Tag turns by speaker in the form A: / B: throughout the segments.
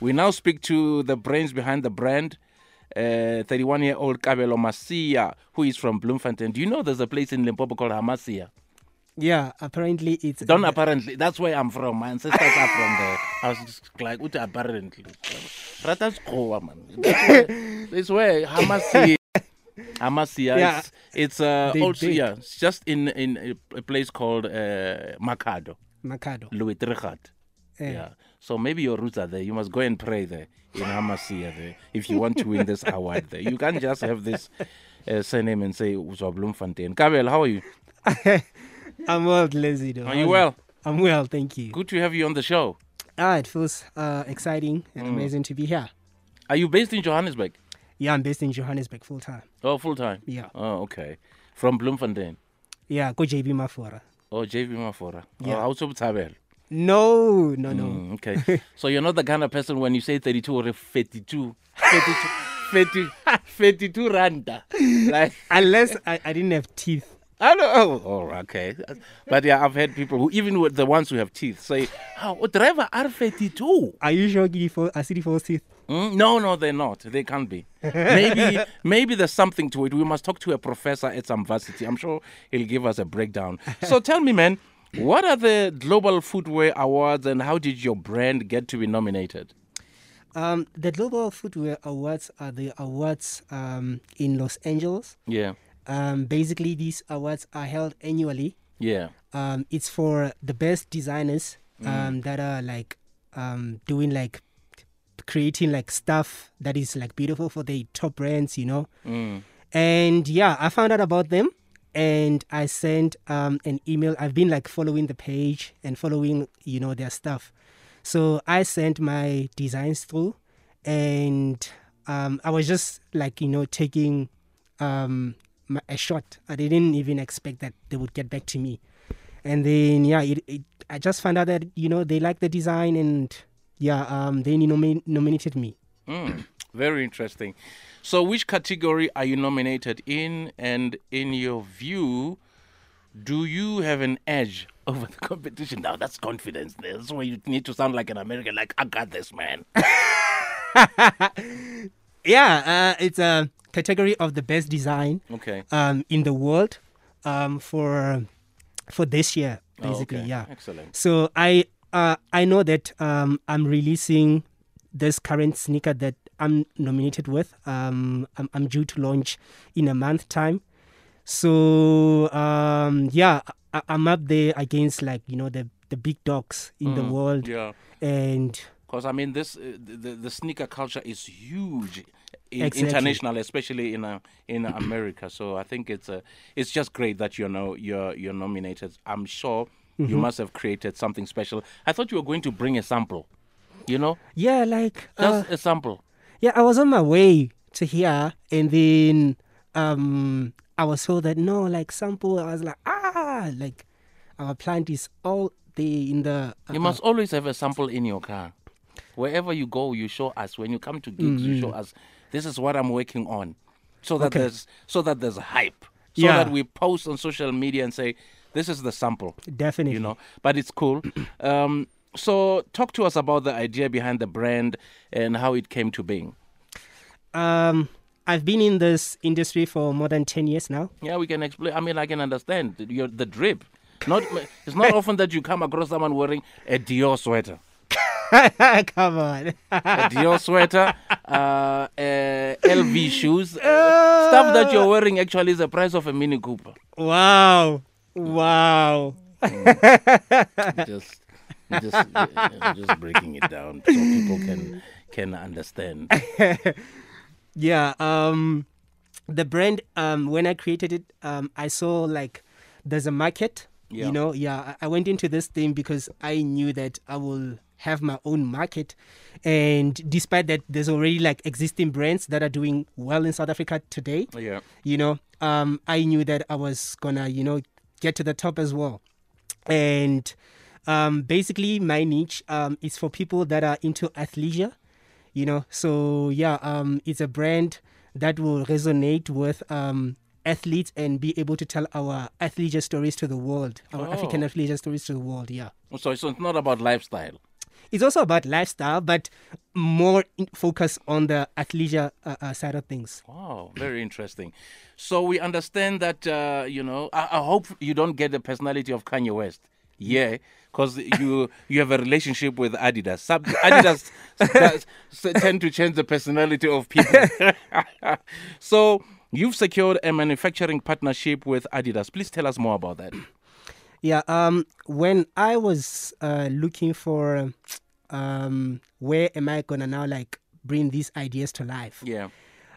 A: We now speak to the brains behind the brand, 31 year old Kabelo Masia, who is from Bloemfontein. Do you know there's a place in Limpopo called Hamasia?
B: Yeah, apparently it's
A: Don't apparently. That's where I'm from. My ancestors are from there. I was just like, what apparently? Ratas Goa, man. That's where, that's where Hamasia. Hamasia.
B: Yeah.
A: It's, it's uh,
B: They
A: also,
B: bake.
A: yeah, it's just in, in a, a place called uh, Makado,
B: Mercado.
A: Louis Trichat.
B: Eh,
A: Yeah. So maybe your roots are there. You must go and pray there in Hamasia there if you want to win this award there. You can't just have this uh, surname and say Uzwa Bloemfontein. Kabel, how are you?
B: I'm well, lazy though.
A: Are you well?
B: I'm well, thank you.
A: Good to have you on the show.
B: Ah, it feels uh, exciting
A: Mm.
B: and amazing to be here.
A: Are you based in Johannesburg?
B: Yeah, I'm based in Johannesburg full time.
A: Oh, full time.
B: Yeah.
A: Oh, okay. From Bloemfontein.
B: Yeah, go JB Mafora.
A: Oh, JV Mafora.
B: Yeah.
A: Oh, Hausa Botshabelo.
B: No, no, no.
A: Mm, okay. so you're not the kind of person when you say 32 or 52, 32, 30, 32 randa. Like,
B: Unless I, I didn't have teeth.
A: I don't oh, oh, okay. But yeah, I've had people who, even with the ones who have teeth, say, oh, driver R32.
B: Are you sure Giddy Fo- I see the false teeth?
A: Mm, no, no, they're not. They can't be. Maybe, maybe there's something to it. We must talk to a professor at some varsity. I'm sure he'll give us a breakdown. So tell me, man, what are the Global Footwear Awards and how did your brand get to be nominated?
B: Um, the Global Footwear Awards are the awards um, in Los Angeles.
A: Yeah,
B: Um, basically, these awards are held annually.
A: yeah.
B: um, it's for the best designers um, that are like um, doing like creating like stuff that is like beautiful for the top brands, you know. And yeah, I found out about them and I sent um, an email. I've been like following the page and following, you know, their stuff. So I sent my designs through and um, I was just like, you know, taking um, my, a shot. I didn't even expect that they would get back to me. And then yeah, it, it, I just found out that you know they like the design and yeah, um, they nomi- nominated me.
A: Mm, very interesting. So, which category are you nominated in? And in your view, do you have an edge over the competition? Now, that's confidence. there. That's why you need to sound like an American, like, I got this, man.
B: Yeah, uh, it's a category of the best design
A: Okay.
B: um, in the world um, for for this year,
A: Oh,
B: basically.
A: okay.
B: Yeah.
A: Excellent.
B: So I uh, I know that um, I'm releasing this current sneaker that I'm nominated with. Um, I'm, I'm due to launch in a month time. So um, yeah, I, I'm up there against like you know the the big dogs in the world,
A: Mm, Yeah.
B: and
A: Because, I mean, this uh, the, the sneaker culture is huge. In,
B: Exactly.
A: International, especially in uh, in America, so I think it's uh, it's just great that you know you're you're nominated. I'm sure
B: Mm-hmm.
A: you must have created something special. I thought you were going to bring a sample, you know,
B: yeah, like uh,
A: Just a sample.
B: yeah, I was on my way to here, and then um, I was told that no, like sample. I was like ah, like our plant is all there in the uh,
A: You must always have a sample in your car. Wherever you go, you show us. When you come to gigs, you show us. This is what I'm working on, so that
B: Mm-hmm. Okay.
A: there's so that there's hype. So
B: Yeah.
A: that we post on social media and say, "This is the sample."
B: Definitely.
A: You know, but it's cool. Um, so talk to us about the idea behind the brand and how it came to being.
B: Um, I've been in this industry for more than 10 years now.
A: Yeah, we can explain. I mean, I can understand your, the drip. Not, it's not often that you come across someone wearing a Dior sweater.
B: Come on.
A: a Dior sweater, uh, uh, LV shoes. uh, stuff that you're wearing actually is the price of a Mini Cooper.
B: wow. Wow.
A: Just, just, uh, just breaking it down so people can can understand.
B: Yeah. Um, the brand, um, when I created it, um, I saw like there's a market.
A: Yeah.
B: You know, yeah. I I went into this thing because I knew that I will have my own market. And despite that, there's already like existing brands that are doing well in South Africa today.
A: Yeah.
B: you know um i knew that i was gonna you know get to the top as well and um basically my niche um is for people that are into athleisure you know so yeah um it's a brand that will resonate with um athletes and be able to tell our athleisure stories to the world our african
A: Oh.
B: athleisure stories to the world yeah
A: So, so it's not about lifestyle.
B: It's also about lifestyle, but more in focus on the athleisure uh, uh, side of things.
A: Wow, very interesting. So we understand that uh, you know. I, I hope you don't get the personality of Kanye West. Yeah, because you you have a relationship with Adidas. Sub- Adidas does- s- tend to change the personality of people. so you've secured a manufacturing partnership with Adidas. Please tell us more about that.
B: Yeah. Um, when I was uh, looking for, um, where am I gonna now like bring these ideas to life?
A: Yeah.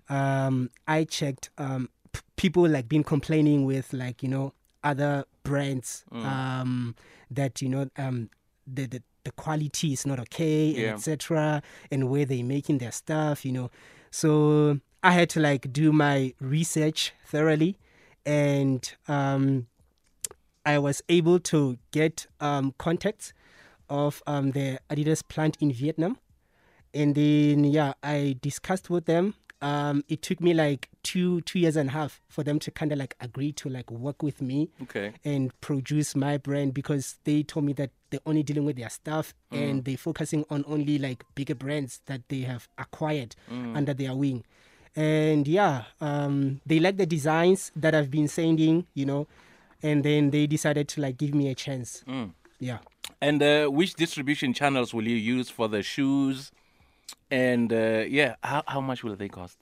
B: um, I checked um, p- people like been complaining with like you know other brands
A: Mm.
B: um, that you know um, the, the the quality is not okay
A: Yeah.
B: etc and where they making their stuff you know so I had to like do my research thoroughly and um, I was able to get um, contacts of um, the Adidas plant in Vietnam and then yeah i discussed with them um it took me like two two years and a half for them to kind of like agree to like work with me
A: Okay.
B: and produce my brand because they told me that they're only dealing with their stuff and they're focusing on only like bigger brands that they have acquired under their wing and yeah um they like the designs that i've been sending you know and then they decided to like give me a chance yeah
A: And uh, which distribution channels will you use for the shoes? And uh, yeah, how, how much will they cost?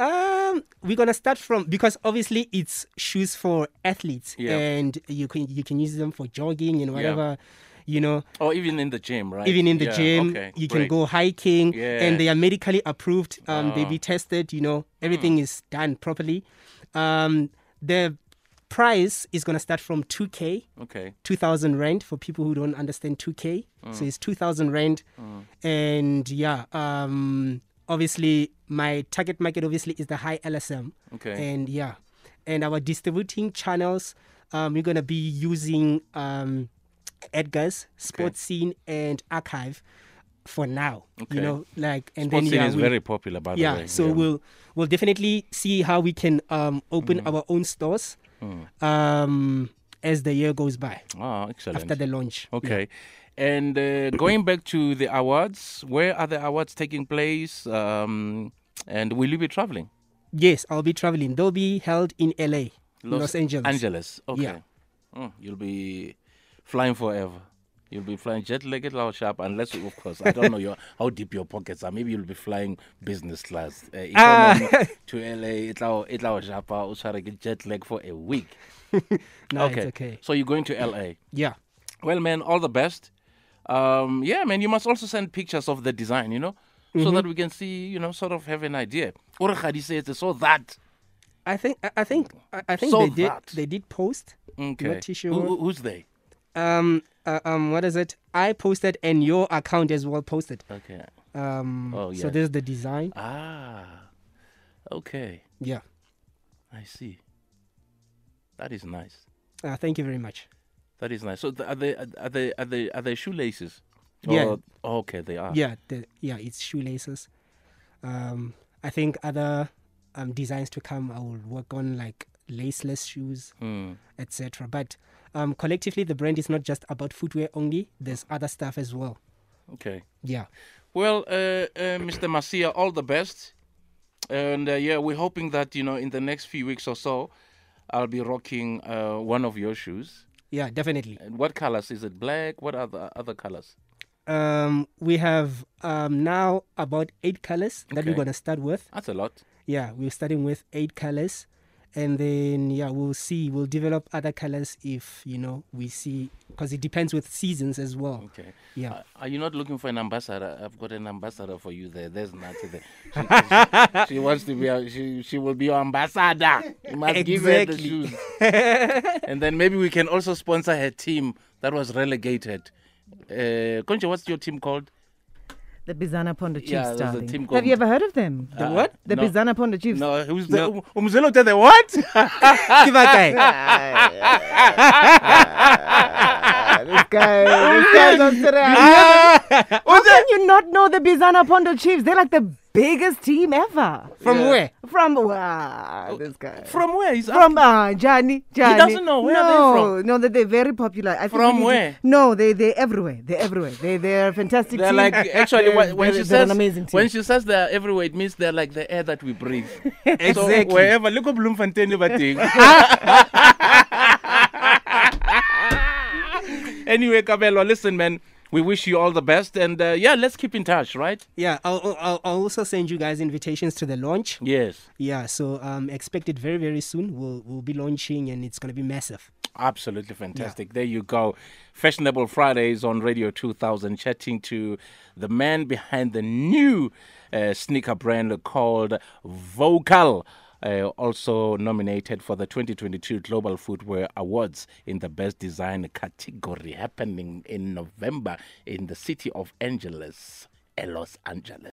B: Um, we're gonna start from because obviously it's shoes for athletes,
A: Yeah.
B: and you can you can use them for jogging and whatever, you know.
A: Or Oh, even in the gym, right?
B: Even in the
A: Yeah,
B: gym,
A: okay,
B: you can
A: great.
B: go hiking,
A: Yeah. Ah. Hmm.
B: and they are medically approved. Um, they be tested. You know, everything is done properly. Um, the price is gonna start from two k.
A: Okay.
B: 2000 rand for people who don't understand 2k
A: Mm.
B: so it's 2000 rand and yeah um obviously my target market obviously is the high lsm
A: Okay.
B: and yeah and our distributing channels um we're gonna be using um edgar's sports scene and archive for now
A: Okay.
B: you know like and
A: Sports
B: then yeah,
A: is
B: we-
A: very popular, by the
B: yeah
A: way.
B: so we'll we'll definitely see how we can um open
A: Mm.
B: our own stores um as the year goes by
A: Oh, excellent.
B: after the launch.
A: Okay. And uh, going back to the awards, where are the awards taking place? Um, and will you be traveling?
B: Yes, I'll be traveling. They'll be held in LA, Los, Angeles.
A: Angeles. Okay.
B: Yeah.
A: Mm, you'll be flying forever. You'll be flying jet legged or sharp, unless, of course, I don't know your, how deep your pockets are. Maybe you'll be flying business class uh,
B: Ah.
A: economy to LA. It'll, it'll sharp, I'll try to get jet lag for a week.
B: No, Ah, it's okay.
A: So you're going to LA.
B: Yeah.
A: Well, man, all the best. Um, yeah, man, you must also send pictures of the design, you know, so
B: Mm-hmm.
A: that we can see, you know, sort of have an idea. Or says, so that.
B: I think I- I think I I think
A: So
B: they did
A: that-
B: they did post.
A: Okay.
B: Not too sure.
A: Who- who- who's they?
B: Um uh, um what is it? I posted and your account as well posted.
A: Okay.
B: Um
A: Oh,
B: so
A: yeah.
B: there's the design.
A: Ah, okay.
B: Yeah.
A: I see. That is nice.
B: Uh, thank you very much.
A: That is nice. So th- are they are they are they are they shoelaces?
B: Yeah.
A: Or- okay, they are.
B: Yeah, the, yeah, it's shoelaces. Um I think other um designs to come I will work on like laceless shoes.
A: Hmm.
B: etc. But um, collectively, the brand is not just about footwear only. There's other stuff as well.
A: Okay.
B: Yeah.
A: Well, uh, uh, Mr. Masia, all the best. And uh, yeah, we're hoping that, you know, in the next few weeks or so, I'll be rocking uh, one of your shoes.
B: Yeah, definitely.
A: And what colors? Is it black? What are the other colors?
B: Um, we have um, now about eight colors that we're
A: Okay.
B: gonna start with.
A: That's a lot.
B: Yeah, we're starting with eight colors, and then yeah, we'll see. We'll develop other colors if you know we see, because it depends with seasons as well.
A: Okay.
B: Yeah.
A: Uh, are you not looking for an ambassador? I've got an ambassador for you there. There's Nancy there. She, she- she wants to be. A, she she will be your ambassador. You must give her the
B: Exactly.
A: shoes. and then maybe we can also sponsor her team that was relegated. Uh, Concha, what's your team called?
C: The Bizana Ponda Chiefs,
A: Yeah, there's a
C: darling.
A: team called-
C: Have you ever heard of them?
A: Uh, what?
C: The
A: no.
C: Bizana Ponda Chiefs.
A: No, who's the
B: No.
A: um, Umzelo did the what?
B: Give a guy.
C: Ah, This guy, this guy's on How
A: Ah,
C: can you not know the Bizana Pondo Chiefs? They're like the biggest team ever.
B: From where?
C: From wow, this guy.
A: From where? He's
C: From uh, Johnny, Johnny.
A: doesn't know. Where
C: no,
A: are they from?
C: No, that they're very popular. I think
A: From
C: we need to-
A: where?
C: No, they they're everywhere. They're everywhere. They they're a fantastic.
A: They're
C: team.
A: like actually
C: They're-
A: when, when
C: they're-
A: she
C: they're
A: says
C: an amazing team.
A: when she says they're everywhere, it means they're like the air that we breathe. So
B: Exactly.
A: wherever look at Bloemfontein, everything. anyway, Cabello, listen, man. We wish you all the best, and uh, yeah, let's keep in touch, right?
B: Yeah, I'll, I'll- I'll, I'll also send you guys invitations to the launch.
A: Yes,
B: Yeah, so um, expect it very, very soon. We'll, we'll be launching and it's going to be massive.
A: absolutely fantastic. There you go. Fashionable Fridays on Radio 2000, chatting to the man behind the new uh, sneaker brand called Vocal. Uh, also nominated for the 2022 Global Footwear Awards in the Best Design category, happening in November in the city of Angeles, eh, Los Angeles.